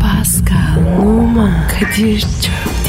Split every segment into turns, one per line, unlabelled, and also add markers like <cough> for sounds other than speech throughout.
Pascal, Oman, Kadir çok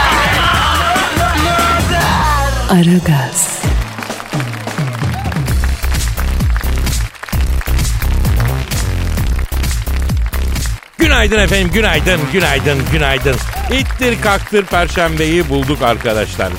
Aragaz,
Günaydın efendim, günaydın, günaydın, günaydın. İttir kaktır perşembeyi bulduk arkadaşlar.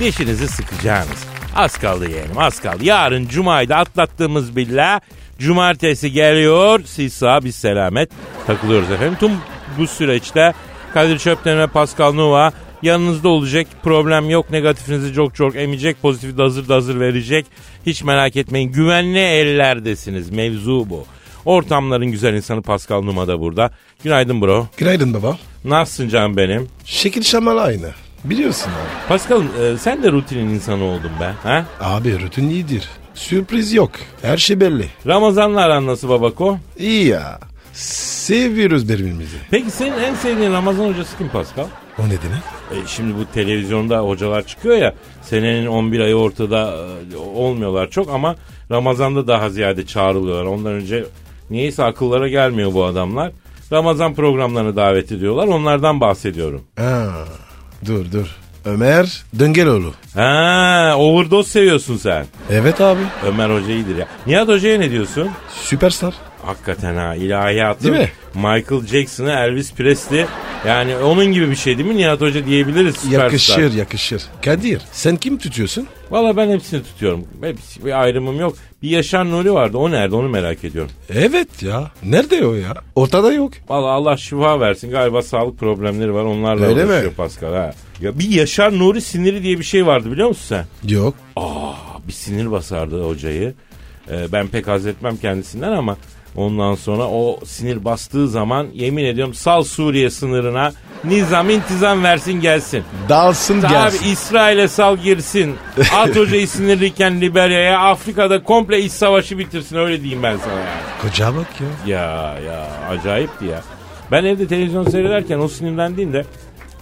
Dişinizi sıkacağınız. Az kaldı yeğenim, az kaldı. Yarın cumayı da atlattığımız billah. Cumartesi geliyor, siz sağ biz selamet. Takılıyoruz efendim. Tüm bu süreçte Kadir Çöpten ve Pascal Nova yanınızda olacak. Problem yok. Negatifinizi çok çok emecek. Pozitifi de hazır da hazır verecek. Hiç merak etmeyin. Güvenli ellerdesiniz. Mevzu bu. Ortamların güzel insanı Pascal Numa da burada. Günaydın bro.
Günaydın baba.
Nasılsın canım benim?
Şekil şamal aynı. Biliyorsun abi.
Pascal e, sen de rutinin insanı oldun be. Ha?
Abi rutin iyidir. Sürpriz yok. Her şey belli.
Ramazan'la aran nasıl babako?
İyi ya. Seviyoruz birbirimizi.
Peki senin en sevdiğin Ramazan hocası kim Pascal?
O nedeni?
E, şimdi bu televizyonda hocalar çıkıyor ya. Senenin 11 ayı ortada e, olmuyorlar çok ama Ramazan'da daha ziyade çağrılıyorlar. Ondan önce niyeyse akıllara gelmiyor bu adamlar. Ramazan programlarına davet ediyorlar. Onlardan bahsediyorum.
Ha. Dur dur. Ömer Döngeloğlu.
Ha, overdose seviyorsun sen.
Evet abi.
Ömer Hoca iyidir ya. Nihat Hoca'ya ne diyorsun?
Süperstar.
Hakikaten ha ilahiyatı.
Değil mi?
Michael Jackson'ı Elvis Presley. Yani onun gibi bir şey değil mi Nihat Hoca diyebiliriz. süperstar.
Yakışır yakışır. Kadir sen kim tutuyorsun?
Valla ben hepsini tutuyorum. Hepsi, bir ayrımım yok. Bir Yaşar Nuri vardı. O nerede onu merak ediyorum.
Evet ya. Nerede o ya? Ortada yok.
Valla Allah şifa versin. Galiba sağlık problemleri var. Onlarla
Öyle mi?
uğraşıyor Pascal ha. Ya bir Yaşar Nuri siniri diye bir şey vardı biliyor musun sen?
Yok.
bir sinir basardı hocayı. Ee, ben pek haz etmem kendisinden ama ondan sonra o sinir bastığı zaman yemin ediyorum sal Suriye sınırına nizam intizam versin gelsin.
Dalsın
Abi
gelsin.
İsrail'e sal girsin. At <laughs> hocayı sinirliyken Liberya'ya Afrika'da komple iç savaşı bitirsin öyle diyeyim ben sana yani.
Koca bak ya.
Ya ya acayipti ya. Ben evde televizyon seyrederken o sinirlendiğimde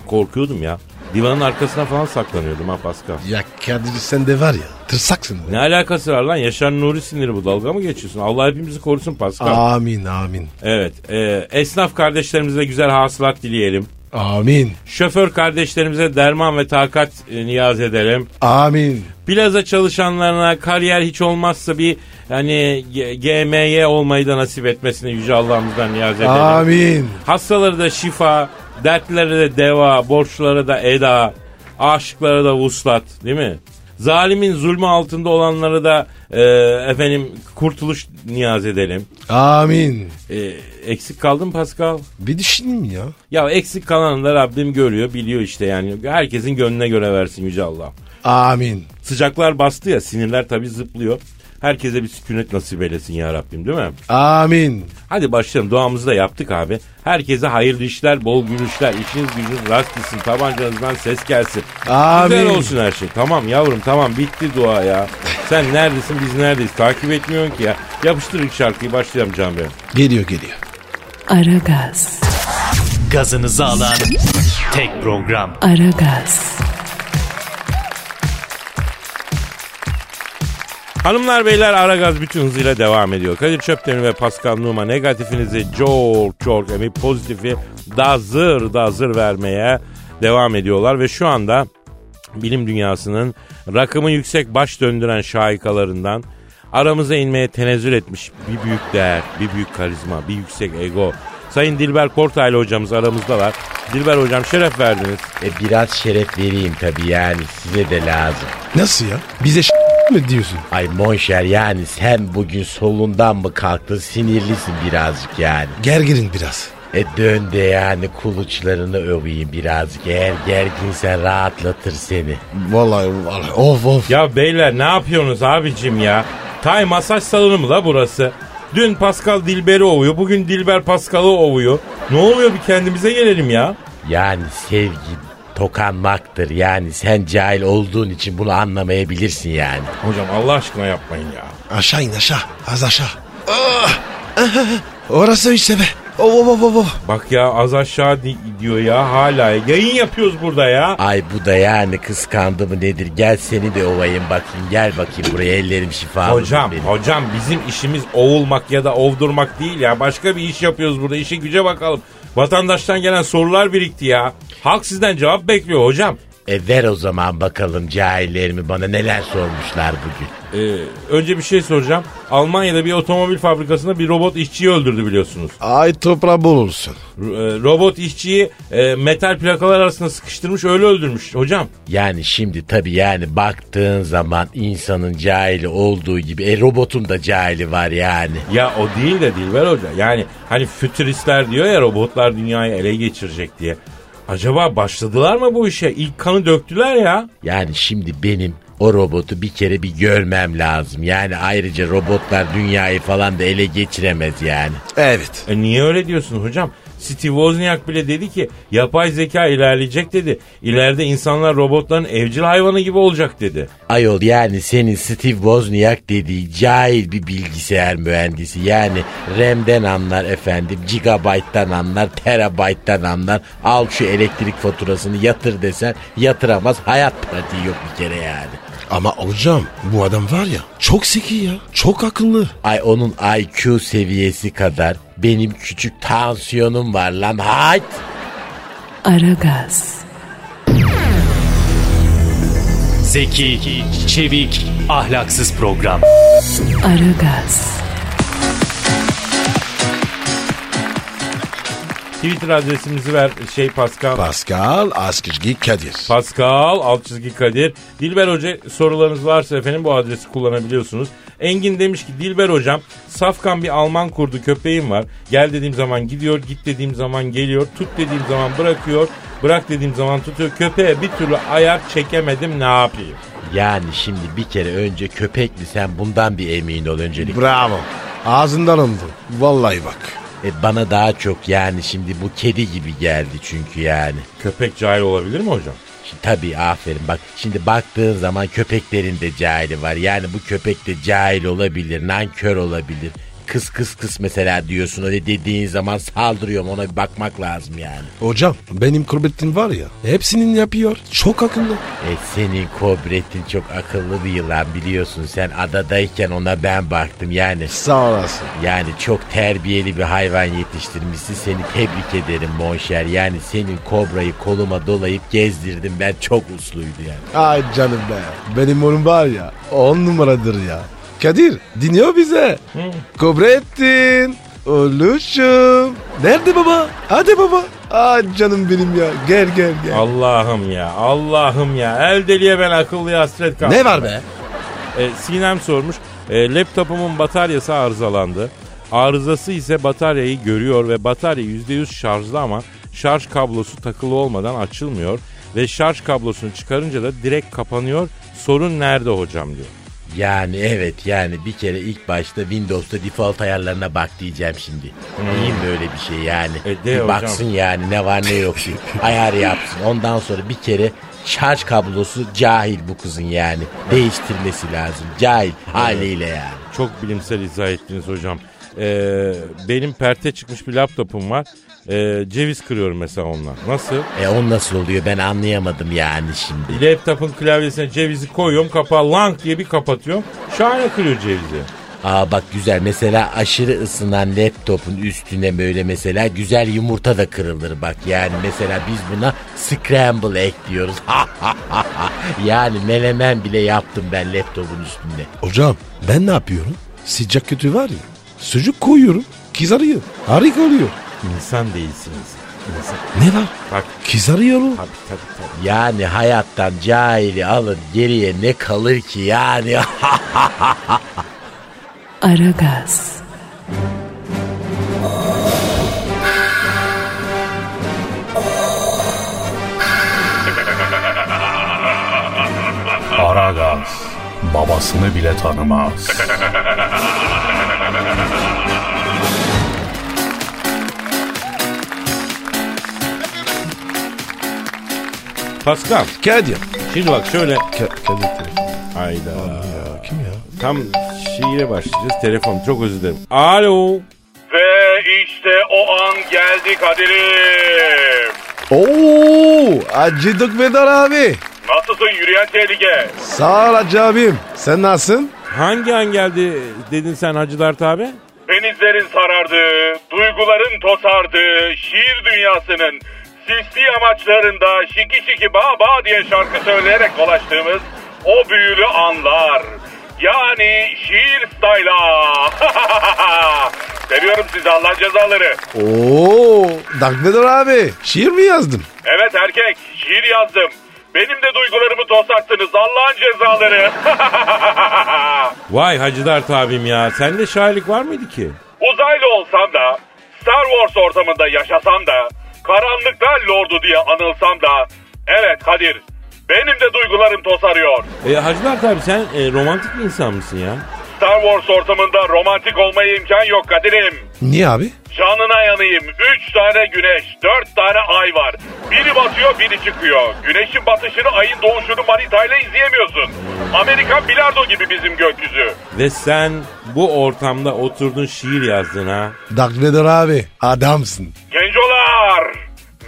korkuyordum ya. Divanın arkasına falan saklanıyordum ha Pascal.
Ya Kadir sen de var ya tırsaksın. be.
Ne alakası var lan? Yaşar Nuri siniri bu. Dalga mı geçiyorsun? Allah hepimizi korusun Pascal.
Amin amin.
Evet. e, esnaf kardeşlerimize güzel hasılat dileyelim.
Amin.
Şoför kardeşlerimize derman ve takat e, niyaz edelim.
Amin.
Plaza çalışanlarına kariyer hiç olmazsa bir hani G- GMY olmayı da nasip etmesini yüce Allah'ımızdan niyaz edelim.
Amin.
Hastalara da şifa, dertlere de deva, borçlara da eda, aşıklara da vuslat değil mi? Zalimin zulmü altında olanlara da e, efendim kurtuluş niyaz edelim.
Amin.
E, eksik kaldı mı Pascal?
Bir düşüneyim ya.
Ya eksik kalanı da Rabbim görüyor, biliyor işte yani. Herkesin gönlüne göre versin Yüce Allah.
Amin.
Sıcaklar bastı ya, sinirler tabii zıplıyor. Herkese bir sükunet nasip eylesin ya Rabbim değil mi?
Amin.
Hadi başlayalım. Duamızı da yaptık abi. Herkese hayırlı işler, bol gülüşler. İşiniz gücünüz rast gitsin. Tabancanızdan ses gelsin.
Amin.
Güzel olsun her şey. Tamam yavrum tamam bitti dua ya. Sen neredesin biz neredeyiz? Takip etmiyorsun ki ya. Yapıştır ilk şarkıyı başlayalım canım benim.
Geliyor geliyor.
Aragaz,
gazınızı alan tek program.
Aragaz,
Hanımlar beyler Aragaz bütün hızıyla devam ediyor. Kadir Çöptemir ve Pascal Numa negatifinizi çok çok emip pozitifi da zır da zır vermeye devam ediyorlar. Ve şu anda bilim dünyasının rakımı yüksek baş döndüren şahikalarından aramıza inmeye tenezzül etmiş bir büyük değer, bir büyük karizma, bir yüksek ego. Sayın Dilber Kortaylı hocamız aramızdalar. Dilber hocam şeref verdiniz.
E biraz şeref vereyim tabii yani size de lazım.
Nasıl ya? Bize ş- mi diyorsun?
Ay monşer yani sen bugün solundan mı kalktın sinirlisin birazcık yani.
Gergirin biraz.
E dön de yani kuluçlarını öveyim birazcık. Eğer gerginsen rahatlatır seni.
Vallahi vallahi. Of of.
Ya beyler ne yapıyorsunuz abicim ya? Tay masaj salonu mu la burası? Dün Pascal Dilber'i ovuyor, bugün Dilber Pascal'ı ovuyor. Ne oluyor bir kendimize gelelim ya.
Yani sevgi tokanmaktır. Yani sen cahil olduğun için bunu anlamayabilirsin yani.
Hocam Allah aşkına yapmayın ya.
Aşağı in aşağı. Az aşağı. Ah! Orası işte be. Oh, oh, oh, oh, oh.
Bak ya az aşağı di- diyor ya hala. Yayın yapıyoruz burada ya.
Ay bu da yani kıskandı mı nedir? Gel seni de ovayım bakayım. Gel bakayım buraya ellerim şifa.
Hocam, hocam bizim işimiz ovulmak ya da ovdurmak değil ya. Başka bir iş yapıyoruz burada. İşe güce bakalım. Vatandaştan gelen sorular birikti ya. Halk sizden cevap bekliyor hocam.
E ver o zaman bakalım cahillerimi bana neler sormuşlar bugün.
Ee, önce bir şey soracağım. Almanya'da bir otomobil fabrikasında bir robot işçiyi öldürdü biliyorsunuz.
Ay toprağı bol olsun.
Ro- e, robot işçiyi e, metal plakalar arasında sıkıştırmış öyle öldürmüş hocam.
Yani şimdi tabii yani baktığın zaman insanın cahili olduğu gibi e, robotun da cahili var yani.
Ya o değil de Dilber Hoca. Yani hani fütüristler diyor ya robotlar dünyayı ele geçirecek diye. Acaba başladılar mı bu işe? İlk kanı döktüler ya.
Yani şimdi benim o robotu bir kere bir görmem lazım. Yani ayrıca robotlar dünyayı falan da ele geçiremez yani.
Evet.
E niye öyle diyorsun hocam? Steve Wozniak bile dedi ki yapay zeka ilerleyecek dedi. İleride insanlar robotların evcil hayvanı gibi olacak dedi.
Ayol yani senin Steve Wozniak dediği cahil bir bilgisayar mühendisi. Yani RAM'den anlar efendim, gigabayttan anlar, terabayttan anlar. Al şu elektrik faturasını yatır desen yatıramaz. Hayat pratiği yok bir kere yani.
Ama hocam bu adam var ya çok zeki ya. Çok akıllı.
Ay onun IQ seviyesi kadar benim küçük tansiyonum var lan. Hayt!
Aragaz,
Zeki, çevik, ahlaksız program.
Aragaz,
Twitter adresimizi ver şey Pascal.
Pascal Askizgi Kadir.
Pascal alt çizgi Kadir. Dilber Hoca sorularınız varsa efendim bu adresi kullanabiliyorsunuz. Engin demiş ki Dilber Hocam safkan bir Alman kurdu köpeğim var. Gel dediğim zaman gidiyor, git dediğim zaman geliyor, tut dediğim zaman bırakıyor, bırak dediğim zaman tutuyor. Köpeğe bir türlü ayar çekemedim ne yapayım?
Yani şimdi bir kere önce köpek mi sen bundan bir emin ol öncelik.
Bravo. Ağzından alındı. Vallahi bak.
E, bana daha çok yani şimdi bu kedi gibi geldi çünkü yani.
Köpek cahil olabilir mi hocam?
Şimdi Tabii aferin bak şimdi baktığın zaman köpeklerin de cahili var. Yani bu köpek de cahil olabilir, nankör olabilir. Kıs kıs kıs mesela diyorsun öyle dediğin zaman saldırıyorum ona bir bakmak lazım yani.
Hocam benim kurbetim var ya hepsinin yapıyor. Çok akıllı.
E senin kobretin çok akıllı bir yılan biliyorsun sen adadayken ona ben baktım yani.
Sağ olasın.
Yani çok terbiyeli bir hayvan yetiştirmişsin. Seni tebrik ederim Monşer. Yani senin kobrayı koluma dolayıp gezdirdim. Ben çok usluydu yani.
Ay canım be. Benim oğlum var ya on numaradır ya. Kadir dinliyor bize. Kobrettin. Oluşum. Nerede baba? Hadi baba. Ay canım benim ya. Gel gel gel.
Allah'ım ya, Allah'ım ya. El deliye ben akıllıya hasret kaldım.
ne var be?
E, Sinem sormuş. E, laptopumun bataryası arızalandı. Arızası ise bataryayı görüyor ve batarya %100 şarjlı ama şarj kablosu takılı olmadan açılmıyor. Ve şarj kablosunu çıkarınca da direkt kapanıyor. Sorun nerede hocam diyor.
Yani evet yani bir kere ilk başta Windows'ta default ayarlarına bak diyeceğim şimdi. İyi mi öyle bir şey yani?
Hmm. E, de
bir
hocam.
baksın yani ne var ne yok
<laughs>
diye. Ayar yapsın. Ondan sonra bir kere şarj kablosu cahil bu kızın yani. Değiştirmesi lazım. Cahil haliyle yani.
Çok bilimsel izah ettiniz hocam. E, benim perte çıkmış bir laptopum var. E, ceviz kırıyorum mesela onunla. Nasıl?
E o nasıl oluyor ben anlayamadım yani şimdi.
Laptopun klavyesine cevizi koyuyorum kapağı lang diye bir kapatıyorum. Şahane kırıyor cevizi.
Aa bak güzel mesela aşırı ısınan laptopun üstüne böyle mesela güzel yumurta da kırılır bak yani mesela biz buna scramble egg diyoruz. <laughs> yani melemen bile yaptım ben laptopun üstünde.
Hocam ben ne yapıyorum? Sıcak kötü var ya. Sucuk koyuyorum. Kızarıyor. Harika oluyor.
İnsan değilsiniz. İnsan.
Ne var?
Bak
Kızarıyor o.
tabii tabii tabii.
Yani hayattan cahili alın geriye ne kalır ki yani. <laughs>
Aragaz,
Aragaz babasını bile tanımaz.
Pascal
Kadir.
şimdi bak şöyle.
Ka- Kadir telefon.
Hayda.
Ya kim ya?
Tam şiire başlayacağız. Telefon çok özür dilerim. Alo.
Ve işte o an geldi Kadir'im.
Oo, Hacı Dükvedar abi.
Nasılsın yürüyen tehlike?
Sağ ol Hacı abim. Sen nasılsın?
Hangi an geldi dedin sen Hacı Dert abi?
Denizlerin sarardı, duyguların tosardı, e, şiir dünyasının sisli amaçlarında şiki şiki ba ba diye şarkı söyleyerek dolaştığımız o büyülü anlar. Yani şiir style'a. <laughs> Seviyorum sizi Allah cezaları.
Oo, Dükvedar abi. Şiir mi yazdın?
Evet erkek şiir yazdım. Benim de duygularımı tosarttınız Allah'ın cezaları. <laughs>
Vay Hacı Dert abim ya. Sende şairlik var mıydı ki?
Uzaylı olsam da, Star Wars ortamında yaşasam da, karanlıklar lordu diye anılsam da, evet Kadir, benim de duygularım tosarıyor.
E, Hacı Dert abi sen e, romantik bir insan mısın ya?
Star Wars ortamında romantik olmaya imkan yok Kadir'im.
Niye abi?
Canına yanayım. Üç tane güneş, dört tane ay var. Biri batıyor, biri çıkıyor. Güneşin batışını, ayın doğuşunu manitayla izleyemiyorsun. Amerikan bilardo gibi bizim gökyüzü.
Ve sen bu ortamda oturdun şiir yazdın ha.
Dükvedar abi. Adamsın.
Gencolar!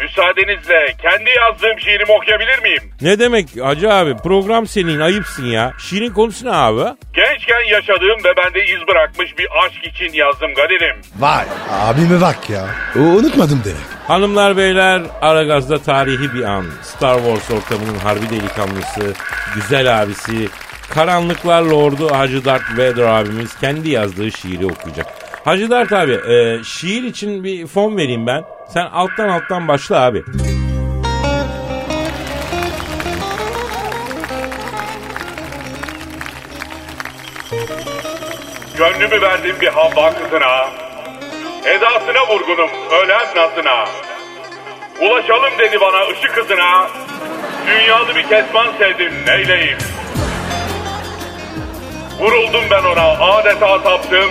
Müsaadenizle kendi yazdığım şiirimi okuyabilir miyim?
Ne demek Hacı abi program senin ayıpsın ya. Şiirin konusu ne abi?
Gençken yaşadığım ve bende iz bırakmış bir aşk için yazdım Kadir'im.
Vay. Abime bak ya. O, unutmadım demek.
Hanımlar beyler Aragaz'da tarihi bir an. Star Wars ortamının harbi delikanlısı, güzel abisi, karanlıklar lordu Hacı Dert Vader abimiz kendi yazdığı şiiri okuyacak. Hacı Dert abi e, şiir için bir fon vereyim ben. Sen alttan alttan başla abi.
Gönlümü verdim bir hava kızına. Edasına vurgunum ölen nazına. Ulaşalım dedi bana ışık hızına. Dünyalı bir kesman sevdim neyleyim. Vuruldum ben ona adeta taptım.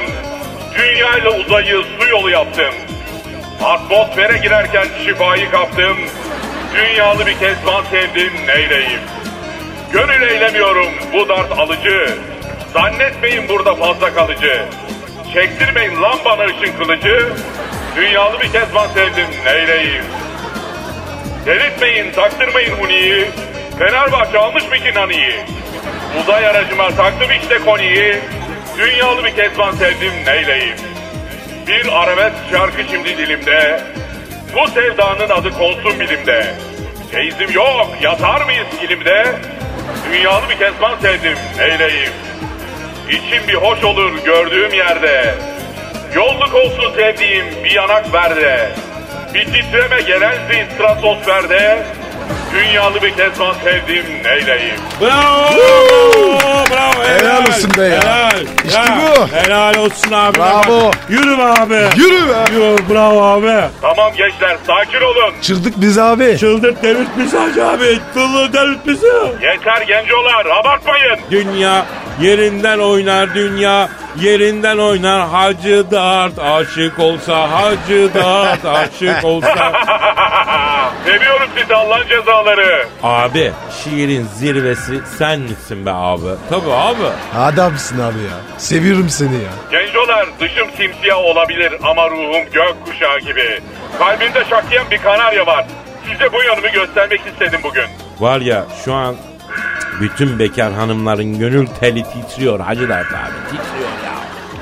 Dünyayla uzayı su yolu yaptım. Atmosfere girerken şifayı kaptım. Dünyalı bir kesman sevdim neyleyim. Gönül eylemiyorum bu dert alıcı. Zannetmeyin burada fazla kalıcı. Çektirmeyin lan bana ışın kılıcı. Dünyalı bir kez ben sevdim neyleyim. Delirtmeyin taktırmayın Huni'yi. Fenerbahçe almış mı ki Nani'yi? Uzay aracıma taktım işte Koni'yi. Dünyalı bir kez ben sevdim neyleyim. Bir arabesk şarkı şimdi dilimde. Bu sevdanın adı konsun bilimde. Teyzim yok, yatar mıyız ilimde? Dünyalı bir kezban sevdim, neyleyim? İçim bir hoş olur gördüğüm yerde. Yolluk olsun sevdiğim bir yanak verde. Bir titreme gelensin stratosferde. Dünyalı bir kezban sevdim, neyleyim?
Bravo! Bravo!
Helal olsun be ya.
Helal.
İşte
Ya,
bu.
Helal olsun abi.
Bravo.
Yürü be abi.
Yürü be.
Yürü, bravo abi.
Tamam gençler sakin olun.
Çırdık biz abi.
Çıldırt devlet bizi hacı abi. Çıldırt devlet bizi.
Yeter gencolar abartmayın. <laughs>
Dünya yerinden oynar dünya yerinden oynar Hacı Dert aşık olsa Hacı Dert
<laughs>
aşık olsa
Seviyorum sizi Allah'ın cezaları.
Abi şiirin zirvesi sen misin be abi Tabi abi
Adamsın abi ya. Seviyorum seni ya.
Gencolar dışım simsiyah olabilir ama ruhum gök kuşağı gibi. Kalbimde şaklayan bir kanarya var. Size bu yanımı göstermek istedim bugün.
Var ya şu an bütün bekar hanımların gönül teli titriyor Hacı Dert abi titriyor ya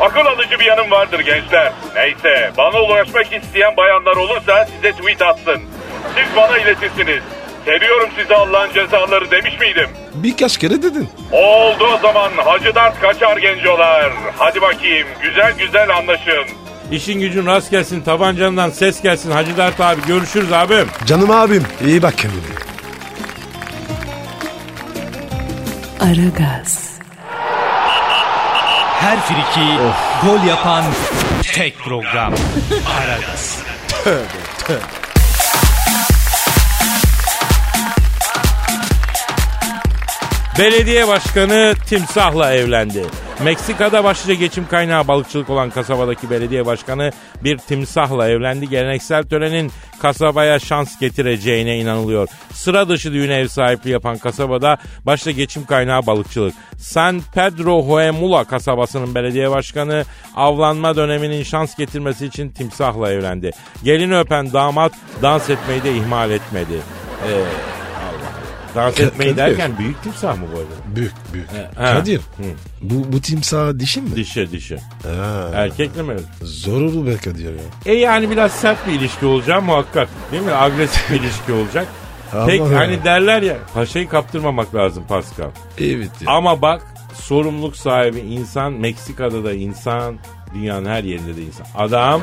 Akıl alıcı bir yanım vardır gençler. Neyse bana ulaşmak isteyen bayanlar olursa size tweet atsın. Siz bana iletirsiniz. Seviyorum sizi Allah'ın cezaları demiş miydim?
Birkaç kere dedin.
Oldu o zaman Hacı Dert kaçar gencolar. Hadi bakayım güzel güzel anlaşın.
İşin gücün rast gelsin tabancandan ses gelsin Hacı Dert abi görüşürüz abim
Canım abim. iyi bak kendine.
Aragaz,
Her friki gol yapan tek program. Aragaz.
Belediye başkanı timsahla evlendi. Meksika'da başlıca geçim kaynağı balıkçılık olan kasabadaki belediye başkanı bir timsahla evlendi. Geleneksel törenin kasabaya şans getireceğine inanılıyor. Sıra dışı düğüne ev sahipliği yapan kasabada başta geçim kaynağı balıkçılık. San Pedro Huemula kasabasının belediye başkanı avlanma döneminin şans getirmesi için timsahla evlendi. Gelini öpen damat dans etmeyi de ihmal etmedi. Ee, Allah. Dans etmeyi
Kadir.
derken büyük timsah mı bu arada?
Büyük büyük.
ha.
Kadir bu, bu timsah dişin mi?
Dişi dişi.
Ha.
Erkekle mi?
Zor olur be Kadir ya.
E yani biraz sert bir ilişki olacak muhakkak. Değil mi? Agresif bir ilişki olacak. Tek
Aman
hani
ya.
derler ya paşayı kaptırmamak lazım Pascal.
Evet ya.
Ama bak sorumluluk sahibi insan Meksika'da da insan dünyanın her yerinde de insan. Adam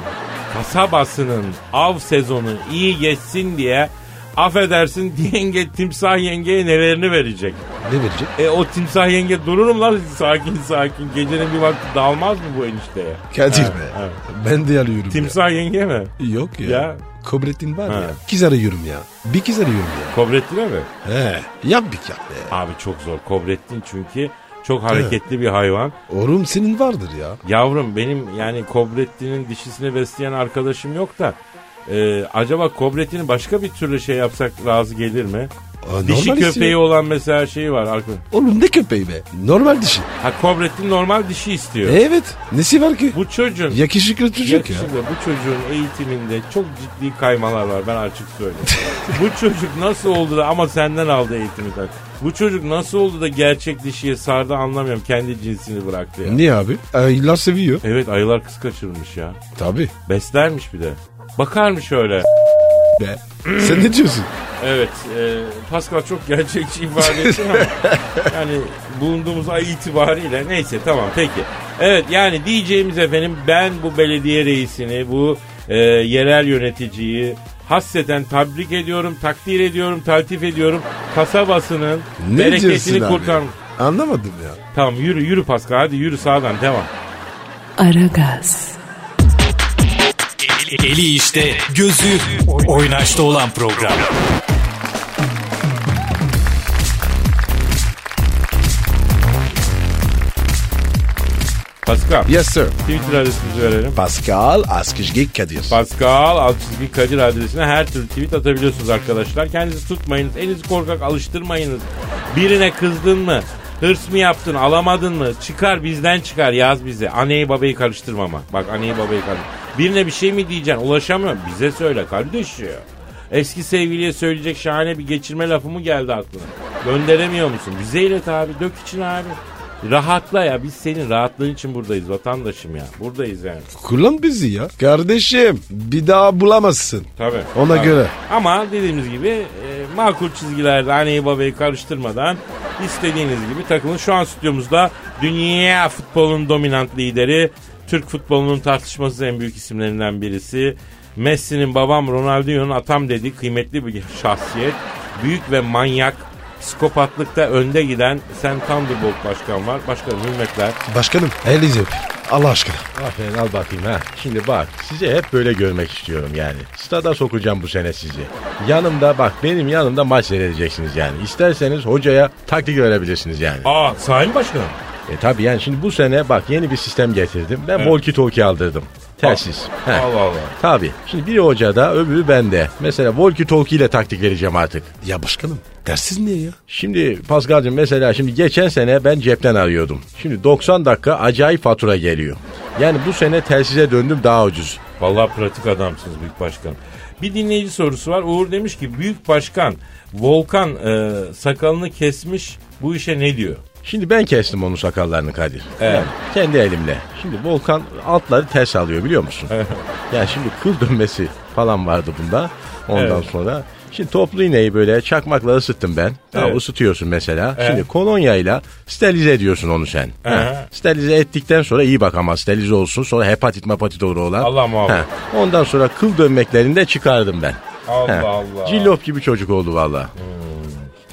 kasabasının av sezonu iyi geçsin diye affedersin <laughs> yenge timsah yengeye nelerini verecek.
Ne verecek?
E o timsah yenge dururum lan sakin sakin gecenin bir vakti dalmaz mı bu enişteye?
Kadir
Ha,
be.
ha.
Ben de alıyorum
Timsah yenge mi?
ya. Yok ya.
Ya.
Kobrettin var
Ha.
ya. Kız arıyorum ya. Bir kız arıyorum ya.
Kobrettin'e mi?
He. Yap bir yap be.
Abi çok zor. Kobrettin çünkü çok hareketli bir hayvan.
Oğlum senin vardır ya.
Yavrum benim yani Kobrettin'in dişisini besleyen arkadaşım yok da e, acaba Kobrettin'i başka bir türlü şey yapsak razı gelir mi?
Aa,
Dişi
E, normal
köpeği
istiyor.
olan mesela şeyi var. arkadaş.
Oğlum ne köpeği be? Normal dişi.
Ha Kobrettin normal dişi istiyor.
Evet. Nesi var ki?
Bu çocuğun
Yakışıklı çocuk ya.
yakışında, bu çocuğun eğitiminde çok ciddi kaymalar var ben açık söyleyeyim. bu çocuk nasıl oldu da ama senden aldı eğitimi. tabii. Bu çocuk nasıl oldu da gerçek dişiye sardı anlamıyorum. Kendi cinsini bıraktı ya.
Niye abi? Ayılar seviyor.
Evet ayılar kız kaçırmış ya.
Tabii.
Beslermiş bir de. Bakarmış öyle.
Be.
Hmm.
Sen ne diyorsun?
Evet. E, Pascal çok gerçekçi ifade etti
<laughs>
ama yani bulunduğumuz ay itibariyle neyse tamam peki. Evet yani diyeceğimiz efendim ben bu belediye reisini bu e, yerel yöneticiyi hasreten tebrik ediyorum, takdir ediyorum, taltif ediyorum. Kasabasının
Ne diyorsun
bereketini
abi?
kurtar.
Anlamadım ya.
Tamam yürü yürü Pascal hadi yürü sağdan devam.
Aragaz,
Eli, eli işte, gözü oynaşta olan program.
Pascal
Yes sir.
Twitter adresimizi verelim.
Pascal Askizgi Kadir.
Pascal alt çizgi Kadir adresine her türlü tweet atabiliyorsunuz arkadaşlar. Kendinizi tutmayınız, elinizi korkak alıştırmayınız. Birine kızdın mı? Hırs mı yaptın, alamadın mı? Çıkar bizden çıkar yaz bize. Anneyi babayı karıştırmama. Bak anneyi babayı karıştırma. Birine bir şey mi diyeceksin ulaşamıyorum. Bize söyle kardeş ya. Eski sevgiliye söyleyecek şahane bir geçirme lafı mı geldi aklına? Gönderemiyor musun? Bize ilet abi, dök için abi. Rahatla ya biz senin rahatlığın için buradayız vatandaşım ya. Buradayız yani.
Kullan bizi ya. Kardeşim bir daha bulamazsın.
Tabii.
Ona
Tabii.
göre.
Ama dediğimiz gibi e, makul çizgilerde anneyi babayı karıştırmadan istediğiniz gibi takılın. Şu an stüdyomuzda dünya futbolunun dominant lideri, Türk futbolunun tartışmasız en büyük isimlerinden birisi. Messi'nin babam Ronaldinho'nun atam dediği kıymetli bir şahsiyet. Büyük ve manyak, psikopatlıkta önde giden Sam Thunderbolt başkan var. Başkanım hürmetler.
Başkanım elinizi öp. Allah aşkına.
Aferin al bakayım ha. Şimdi bak sizi hep böyle görmek istiyorum yani. Stada sokacağım bu sene sizi. Yanımda bak benim yanımda maç seyredeceksiniz yani. İsterseniz hocaya taktik verebilirsiniz yani.
Aa sahi mi başkanım?
E tabi yani şimdi bu sene bak yeni bir sistem getirdim. Ben walkie talkie aldırdım. Telsiz. Heh.
Allah Allah.
Tabi. Şimdi biri hocada öbürü bende. Mesela walkie talkie ile taktik vereceğim artık.
Ya başkanım dersiz niye ya?
Şimdi Paskal'cığım mesela şimdi geçen sene ben cepten arıyordum. Şimdi 90 dakika acayip fatura geliyor. Yani bu sene telsize döndüm daha ucuz.
Vallahi pratik adamsınız büyük başkan. Bir dinleyici sorusu var. Uğur demiş ki büyük başkan Volkan e, sakalını kesmiş bu işe ne diyor?
Şimdi ben kestim onun sakallarını Kadir.
Evet.
Yani kendi elimle. Şimdi Volkan altları ters alıyor biliyor musun? yani şimdi kıl dönmesi falan vardı bunda. Ondan
Evet.
sonra Şimdi toplu iğneyi böyle çakmakla ısıttım ben. Tamam,
Evet.
ısıtıyorsun mesela.
Evet.
Şimdi kolonyayla sterilize ediyorsun onu sen. Ha, Sterilize ettikten sonra iyi bak ama sterilize olsun. Sonra hepatit mapatit olur olan.
Allah muhafaza.
Ha, Ondan sonra kıl dönmeklerini de çıkardım ben.
Allah
Ha,
Allah.
Cillop gibi çocuk oldu valla.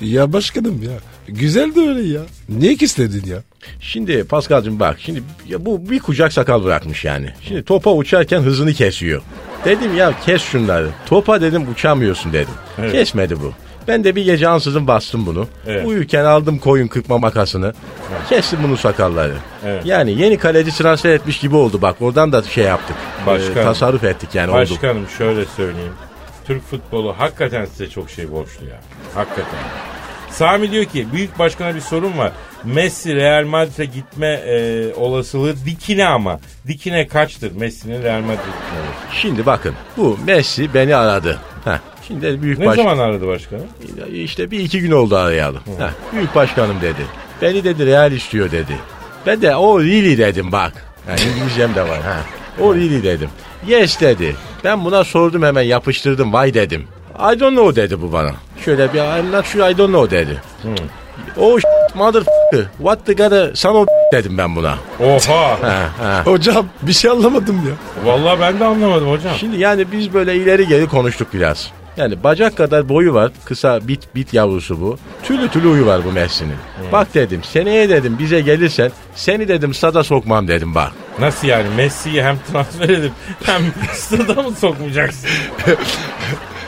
Ya başkanım ya. Güzel de öyle ya. Niye ki istedin ya?
Şimdi Paskal'cığım bak şimdi ya bu bir kucak sakal bırakmış yani. Şimdi topa uçarken hızını kesiyor. Dedim ya kes şunları. Topa dedim uçamıyorsun dedim. Kesmedi bu. Ben de bir gece ansızın bastım bunu.
Evet.
Uyurken aldım koyun kırpma makasını. Kestim bunun sakalları.
Evet.
Yani yeni kaleci transfer etmiş gibi oldu bak. Oradan da şey yaptık.
Başkan.
Ee, tasarruf ettik yani oldu.
Başkanım şöyle söyleyeyim. Türk futbolu hakikaten size çok şey borçlu ya. Hakikaten. Sami diyor ki büyük başkana bir sorun var. Messi Real Madrid'e gitme e, olasılığı dikine ama. Dikine kaçtır Messi'nin Real Madrid'e gitme olasılığı?
Şimdi bakın bu Messi beni aradı. Heh. Şimdi büyük
Ne
baş...
zaman aradı başkanım?
İşte bir iki gün oldu arayalım. Heh, büyük başkanım dedi. Beni dedi real istiyor dedi. Ben de o really dedim bak. Ha, İngilizcem de var. Ha. O really dedim. Yes dedi. Ben buna sordum hemen yapıştırdım vay dedim. I don't know dedi bu bana. Şöyle bir I'm not sure I don't know dedi. O mother what the gotta son of dedim ben buna.
Oha!
Ha, ha.
Hocam bir şey anlamadım ya.
Vallahi ben de anlamadım hocam.
Şimdi yani biz böyle ileri geri konuştuk biraz. Yani bacak kadar boyu var. Kısa bit bit yavrusu bu. Tülü tülü uyu var bu Mersin'in. Bak dedim seneye dedim bize gelirsen seni dedim sada sokmam dedim bak.
Nasıl yani Messi'yi hem transfer edip hem stada mı sokmayacaksın?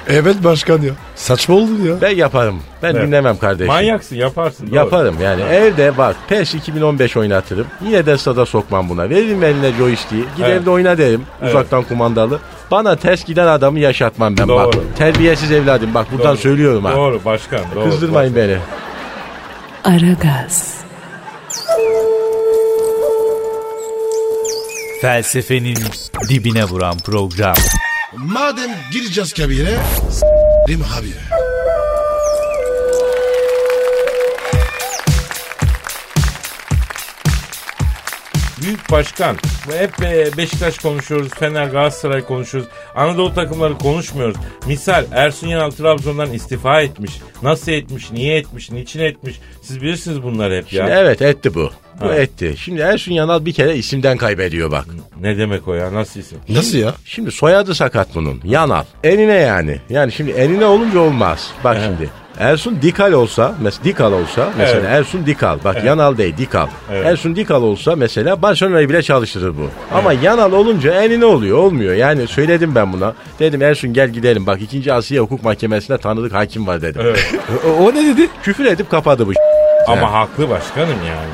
Evet başkan ya. Saçma oldu ya.
Ben yaparım. Ben
Evet.
dinlemem kardeşim.
Manyaksın yaparsın. doğru.
Yaparım yani E, evde bak PES 2015 oynatırım. Yine de sada sokmam buna. Veririm eline joystick'i. Git
Evet.
evde oyna derim.
Evet.
Uzaktan kumandalı. Bana ters giden adamı yaşatmam ben bak.
Doğru.
Terbiyesiz evladım bak buradan
Doğru.
söylüyorum ha.
Doğru başkan doğru.
Kızdırmayın beni.
Aragaz,
Felsefenin dibine vuran program.
Madem gireceğiz kabire. Rim abi.
Büyük başkan. Hep e, Beşiktaş konuşuyoruz, Fener, Galatasaray konuşuyoruz. Anadolu takımları konuşmuyoruz. Misal Ersun Yanal Trabzon'dan istifa etmiş. Nasıl etmiş, niye etmiş, niçin etmiş? Siz bilirsiniz bunları hep ya.
Şimdi evet etti bu. Bu
Ha.
etti. Şimdi Ersun Yanal bir kere isimden kaybediyor bak.
Ne demek o ya? Nasıl isim?
Nasıl ya?
Şimdi soyadı sakat bunun. Yanal. Enine yani. Yani şimdi enine olunca olmaz. Bak şimdi. Ersun Dikal olsa, mesela Dikal olsa mesela
Evet.
Ersun Dikal. Bak Yanal değil Dikal.
Evet.
Ersun Dikal olsa mesela Barcelona'yı bile çalıştırır bu. Ama Yanal olunca enine oluyor. Olmuyor. Yani söyledim ben buna. Dedim Ersun gel gidelim. Bak 2. Asya Hukuk Mahkemesi'nde tanıdık hakim var dedim.
Evet.
O, o ne dedi?
Küfür edip kapadı bu.
Ama haklı başkanım yani.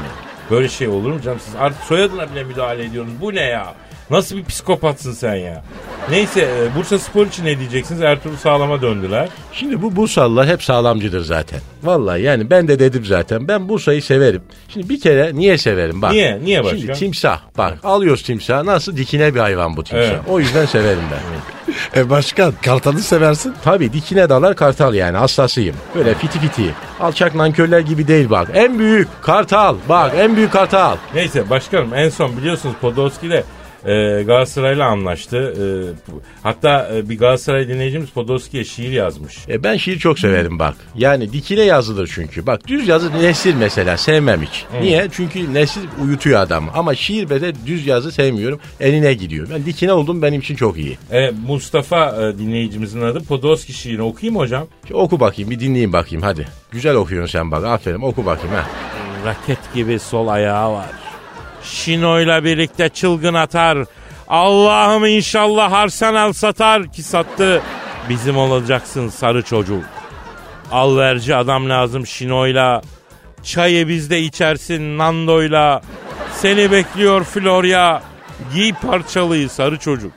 Böyle şey olur mu canım? Siz artık soyadına bile müdahale ediyorsunuz. Bu ne ya? Nasıl bir psikopatsın sen ya? Neyse e, Bursa Spor için ne diyeceksiniz? Ertuğrul Sağlam'a döndüler.
Şimdi bu Bursalılar hep sağlamcıdır zaten. Vallahi yani ben de dedim zaten. Ben Bursa'yı severim. Şimdi bir kere niye severim bak.
Niye? Niye başkan?
Şimdi timsah bak alıyoruz timsah nasıl dikine bir hayvan bu timsah.
Evet.
O yüzden severim ben.
E başkan kartalı seversin.
Tabii dikine dalar kartal yani hastasıyım. Böyle fiti fiti. Alçak nankörler gibi değil bak. En büyük kartal bak en büyük kartal.
Neyse başkanım en son biliyorsunuz Podolski ile e, Galatasaray'la anlaştı. E, bu- hatta e, bir Galatasaray dinleyicimiz Podolski'ye şiir yazmış.
E ben şiir çok severim bak. Yani dikine yazılır çünkü. Bak düz yazı nesir mesela sevmem hiç. Niye? Çünkü nesir uyutuyor adamı. Ama şiir ve de düz yazı sevmiyorum. Eline gidiyor. Ben dikine oldum benim için çok iyi.
E, Mustafa e, dinleyicimizin adı Podolski şiirini okuyayım mı hocam.
Şimdi oku bakayım bir dinleyeyim bakayım hadi. Güzel okuyorsun sen bak aferin oku bakayım ha.
Raket gibi sol ayağı var. Şino'yla birlikte çılgın atar. Allah'ım inşallah Arsenal satar ki sattı. Bizim olacaksın sarı çocuk. Alverci adam lazım Şino'yla. Çayı bizde içersin Nando'yla. Seni bekliyor Florya. Giy parçalıyı sarı çocuk.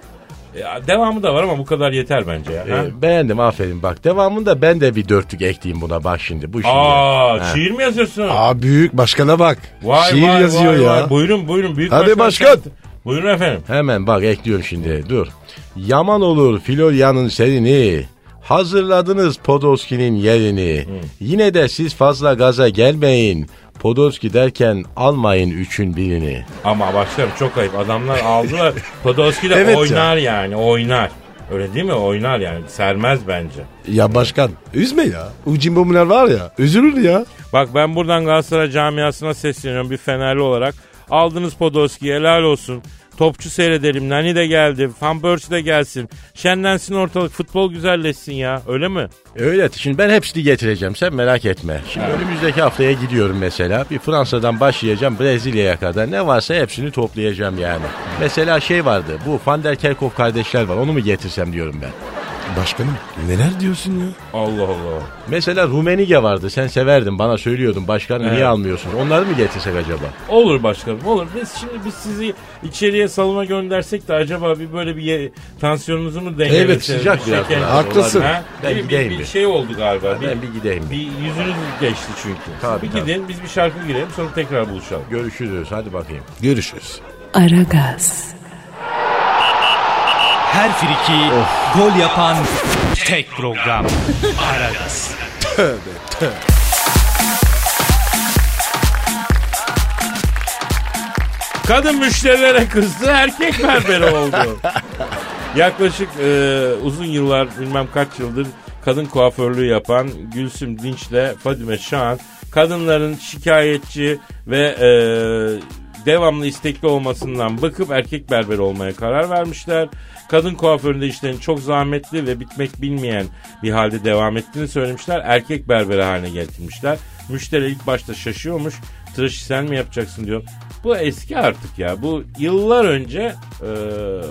Ya, devamı da var ama bu kadar yeter bence ya. ha?
Ee, beğendim aferin bak. Devamında ben de bir dörtlük ekleyeyim buna bak şimdi. Bu Ee, şimdi.
Aa,
Ha.
şiir mi yazıyorsun?
Aa büyük başkana bak. Şiir yazıyor
vay,
ya.
vay. Buyurun buyurun. Büyük
Hadi başkan.
Buyurun efendim.
Hemen bak ekliyorum şimdi dur. Yaman olur Florya'nın serini. Hazırladınız Podolski'nin yerini. Yine de siz fazla gaza gelmeyin. Podolski derken almayın üçün birini.
Ama başlarım çok ayıp. Adamlar
<laughs>
aldılar. Podolski de
Evet ya.
oynar yani oynar. Öyle değil mi? Oynar yani. Sermez bence.
Ya başkan üzme ya. Ucimbomlar var ya üzülür ya.
Bak ben buradan Galatasaray camiasına sesleniyorum bir Fenerli olarak. Aldınız Podolski'yi helal olsun. Topçu seyredelim. Nani de geldi. Fanbörs de gelsin. Şenlensin ortalık. Futbol güzelleşsin ya. Öyle mi?
Öyle şimdi ben hepsini getireceğim sen merak etme. Şimdi önümüzdeki haftaya gidiyorum mesela. Bir Fransa'dan başlayacağım Brezilya'ya kadar. Ne varsa hepsini toplayacağım yani. Mesela şey vardı bu Van der Kerkhoff kardeşler var onu mu getirsem diyorum ben.
Başkanım neler diyorsun ya?
Allah Allah.
Mesela Rumeniye vardı. Sen severdin bana söylüyordun. Başkanım niye almıyorsunuz? Onları mı getirsek acaba?
Olur başkanım olur. Biz şimdi biz sizi içeriye salona göndersek de acaba bir böyle bir ye- tansiyonunuzu mu dengelesek?
Evet, sıcak biraz
Şeker-
daha.
Haklısın.
şey Ha?
Ben
Bir- bir,
gideyim
bir
bir.
şey oldu galiba.
Ben bir gideyim bir.
Bir yüzünüz geçti çünkü.
Tabii,
bir
tabii.
gidelim biz bir şarkı girelim sonra tekrar buluşalım.
Görüşürüz. Hadi bakayım.
Görüşürüz.
Aragaz,
Her friki gol yapan tek program. Aragaz.
Kadın müşterilere kızdı, erkek berberi oldu. Yaklaşık e, uzun yıllar, bilmem kaç yıldır kadın kuaförlüğü yapan Gülsüm Dinç'le Fadime Şahan, kadınların şikayetçi ve e, devamlı istekli olmasından bakıp erkek berberi olmaya karar vermişler. Kadın kuaföründe işlerin çok zahmetli ve bitmek bilmeyen bir halde devam ettiğini söylemişler. Erkek berberi haline getirmişler. Müşteri ilk başta şaşıyormuş. Tıraşı sen mi yapacaksın diyor. Bu eski artık ya. Bu yıllar önce e,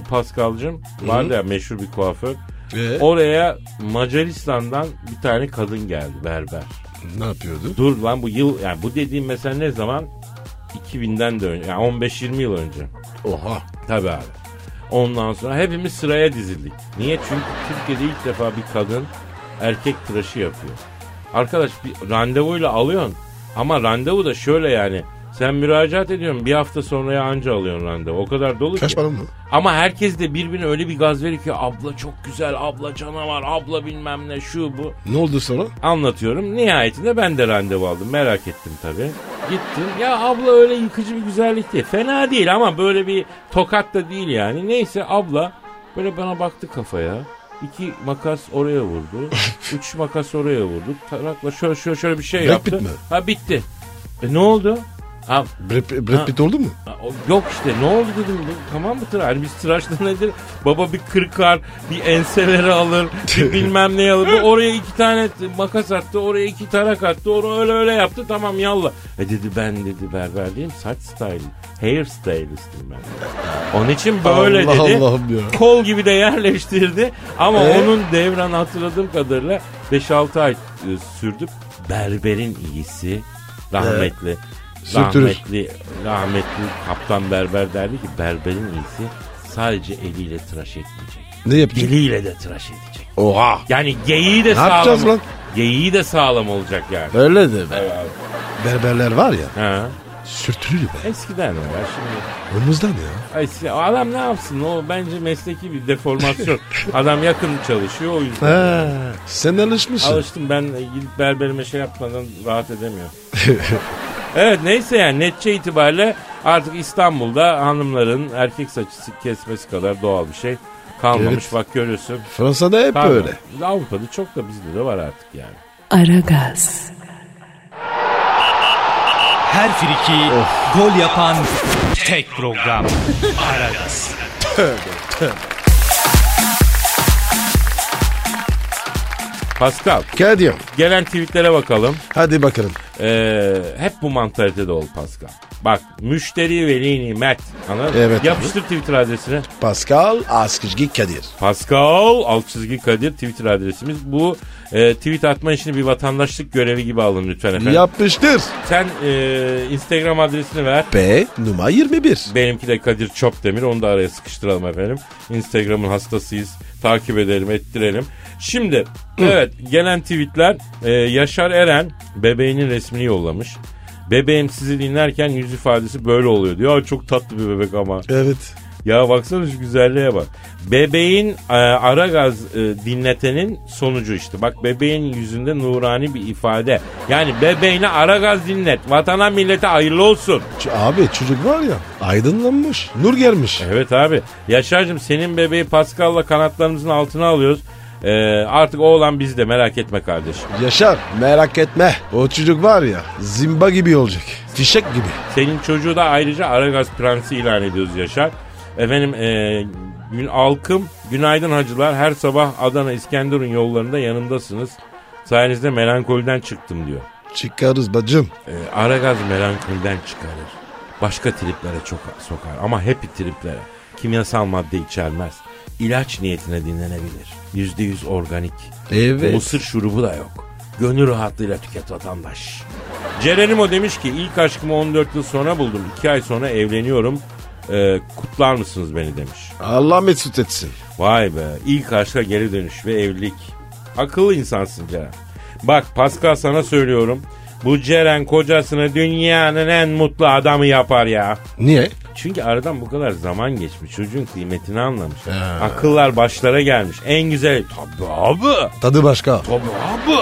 Pascal'cığım vardı ya meşhur bir kuaför.
Ee?
Oraya Macaristan'dan bir tane kadın geldi berber.
Ne yapıyordu?
Dur lan bu yıl yani bu dediğim mesela ne zaman? 2000'den de önce yani 15-20 yıl önce.
Oha.
Tabii abi. Ondan sonra hepimiz sıraya dizildik. Niye? Çünkü Türkiye'de ilk defa bir kadın erkek tıraşı yapıyor. Arkadaş bir randevuyla alıyorsun. Ama randevu da şöyle yani. Sen müracaat ediyorsun bir hafta sonraya anca alıyorsun randevu. O kadar dolu ki.
Kaçmadın mı?
Ama herkes de birbirine öyle bir gaz veriyor ki abla çok güzel, abla canavar, abla bilmem ne şu bu
Ne oldu sonra?
anlatıyorum. Nihayetinde ben de randevu aldım. Merak ettim tabii. Gittim. Ya abla öyle yıkıcı bir güzellik değil. Fena değil ama böyle bir tokat da değil yani. Neyse abla böyle bana baktı kafaya. İki makas oraya vurdu. üç makas oraya vurdu. Tarakla şöyle şöyle, şöyle bir şey
Brad
yaptı.
Pitt mi?
Ha bitti. E, ne oldu? Ha,
Brad, Brad Pitt oldu mu?
Ha, o- Yok işte ne oldu dedim bu tamam mı tıraş? Hani biz tıraşta nedir? Baba bir kırkar, bir enseleri alır, bir
<laughs>
bilmem ne alır. Bu oraya iki tane t- makas attı, oraya iki tarak attı, onu öyle öyle yaptı tamam yallah. E dedi ben dedi berber değilim saç style, hair stylistim ben. Onun için böyle
Allah
dedi.
Allah'ım ya.
Kol gibi de yerleştirdi ama
Ee?
onun devran hatırladığım kadarıyla 5-6 ay e, sürdü. Berberin iyisi rahmetli.
Sürtürür.
Rahmetli, rahmetli kaptan berber derdi ki berberin iyisi sadece eliyle tıraş etmeyecek.
Ne yapacak?
Diliyle de tıraş edecek.
Oha.
Yani geyiği de sağlam.
yapacağız lan?
Geyiği de sağlam olacak yani.
Öyle de be. Berberler var ya
Ha.
sürtülür be.
Eskiden var şimdi.
Omuzdan ya.
Ay, si- adam ne yapsın o bence mesleki
<laughs>
bir deformasyon. adam yakın çalışıyor o yüzden.
Ha, sen alışmışsın.
Alıştım ben gidip berberime şey yapmadan rahat edemiyorum.
<laughs>
evet neyse yani netçe itibariyle artık İstanbul'da hanımların erkek saçısı kesmesi kadar doğal bir şey kalmamış.
Evet.
Bak görüyorsun.
Fransa'da hep
Pardon.
öyle.
Avrupa'da çok da bizde de var artık yani.
Aragaz,
Her friki gol yapan tek program. Aragaz.
Pascal
Kadir
gelen tweetlere bakalım.
hadi bakalım.
Ee, hep bu mantalitede ol Pascal. Bak müşteri veli nimet. Anladın? mı?
Evet.
Yapıştır Twitter adresine.
Pascal Askışgi Kadir.
Pascal alt çizgi Kadir Twitter adresimiz. Bu e, tweet atma işini bir vatandaşlık görevi gibi alın lütfen efendim.
Yapıştır.
Sen e, Instagram adresini ver.
P numara 21.
Benimki de Kadir Çopdemir. Onu da araya sıkıştıralım efendim. Instagram'ın hastasıyız. Takip edelim, ettirelim. Şimdi evet gelen tweetler e, Yaşar Eren bebeğinin resmini yollamış. Bebeğim sizi dinlerken yüz ifadesi böyle oluyor diyor. Aa, çok tatlı bir bebek ama.
Evet.
Ya baksana şu güzelliğe bak. Bebeğin e, ara gaz e, dinletenin sonucu işte. Bak bebeğin yüzünde nurani bir ifade. Yani bebeğine ara gaz dinlet. Vatana millete hayırlı olsun.
Ç- abi çocuk var ya aydınlanmış. Nur gelmiş.
Evet abi. Yaşar'cığım senin bebeği Pascal'la kanatlarımızın altına alıyoruz. E, artık o olan bizde merak etme kardeşim.
Yaşar merak etme. O çocuk var ya zimba gibi olacak. Fişek gibi.
Senin çocuğu da ayrıca Aragaz Prensi ilan ediyoruz Yaşar. Efendim e, gün halkım günaydın hacılar her sabah Adana İskenderun yollarında yanımdasınız. Sayenizde melankoliden çıktım diyor.
Çıkarız bacım.
E, Aragaz melankoliden çıkarır. Başka triplere çok sokar ama happy triplere. Kimyasal madde içermez. ilaç niyetine dinlenebilir. Yüzde yüz organik.
Evet.
Mısır şurubu da yok. Gönül rahatlığıyla tüket vatandaş. Cerenimo demiş ki ilk aşkımı 14 yıl sonra buldum. 2 ay sonra evleniyorum. Ee, kutlar mısınız beni demiş.
Allah mesut etsin.
Vay be ilk aşka geri dönüş ve evlilik. Akıllı insansın Ceren. Bak Pascal sana söylüyorum. Bu Ceren kocasını dünyanın en mutlu adamı yapar ya.
Niye?
Çünkü aradan bu kadar zaman geçmiş. Çocuğun kıymetini anlamış. Akıllar başlara gelmiş. En güzel. Tabii abi.
Tadı başka.
Tabii abi.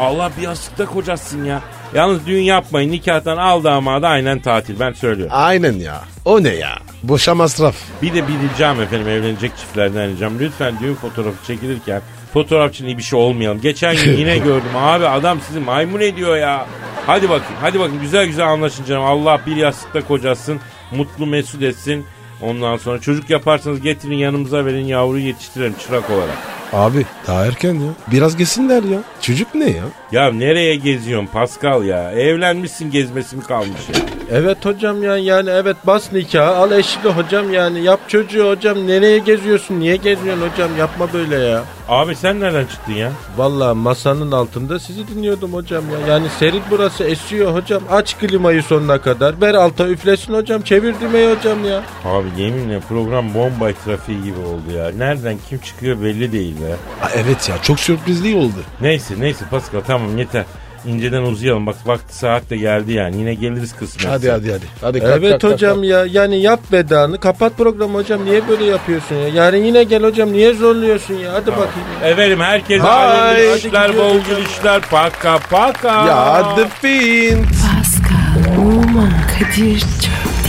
Allah bir yastıkta kocasın ya. Yalnız düğün yapmayın. Nikahtan al damadı aynen tatil. Ben söylüyorum.
Aynen ya. O ne ya? Boşa masraf.
Bir de bir ricam efendim evlenecek çiftlerden ricam. Lütfen düğün fotoğrafı çekilirken fotoğrafçının iyi bir şey olmayalım. Geçen gün yine gördüm abi adam sizi maymun ediyor ya. Hadi bakayım hadi bakın güzel güzel anlaşın canım. Allah bir yastıkta kocasın. Mutlu mesut etsin. Ondan sonra çocuk yaparsanız getirin yanımıza verin yavruyu yetiştirelim çırak olarak.
Abi daha erken ya. Biraz geçsinler ya. Çocuk ne ya?
Ya nereye geziyorsun Pascal ya? Evlenmişsin gezmesi mi kalmış ya?
Evet hocam yani yani evet bas nikahı al eşini hocam yani yap çocuğu hocam nereye geziyorsun niye geziyorsun hocam yapma böyle ya.
Abi sen nereden çıktın ya?
Vallahi masanın altında sizi dinliyordum hocam ya. Yani serin burası esiyor hocam. Aç klimayı sonuna kadar. Ver alta üflesin hocam. Çevir düğmeyi hocam ya.
Abi yeminle program bombay trafiği gibi oldu ya. Nereden kim çıkıyor belli değil be.
Aa, evet ya çok sürprizli oldu.
Neyse neyse Pascal tamam yeter. İnceden uzayalım bak vakti saat de geldi yani yine geliriz kısmet.
Hadi hadi hadi. hadi kalk,
Evet
kalk, kalk,
hocam
kalk.
ya. Yani yap vedanı. Kapat programı hocam. Niye böyle yapıyorsun ya? Yarın yine gel hocam. Niye zorluyorsun ya? Hadi bakayım.
Efendim herkese
Bye.
hayırlı
Hadi
işler
gidiyoruz
bol
hocam.
gülüşler paka paka.
Ya The Fiend.
Pascal, Oman, Kadir çok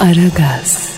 Aragaz.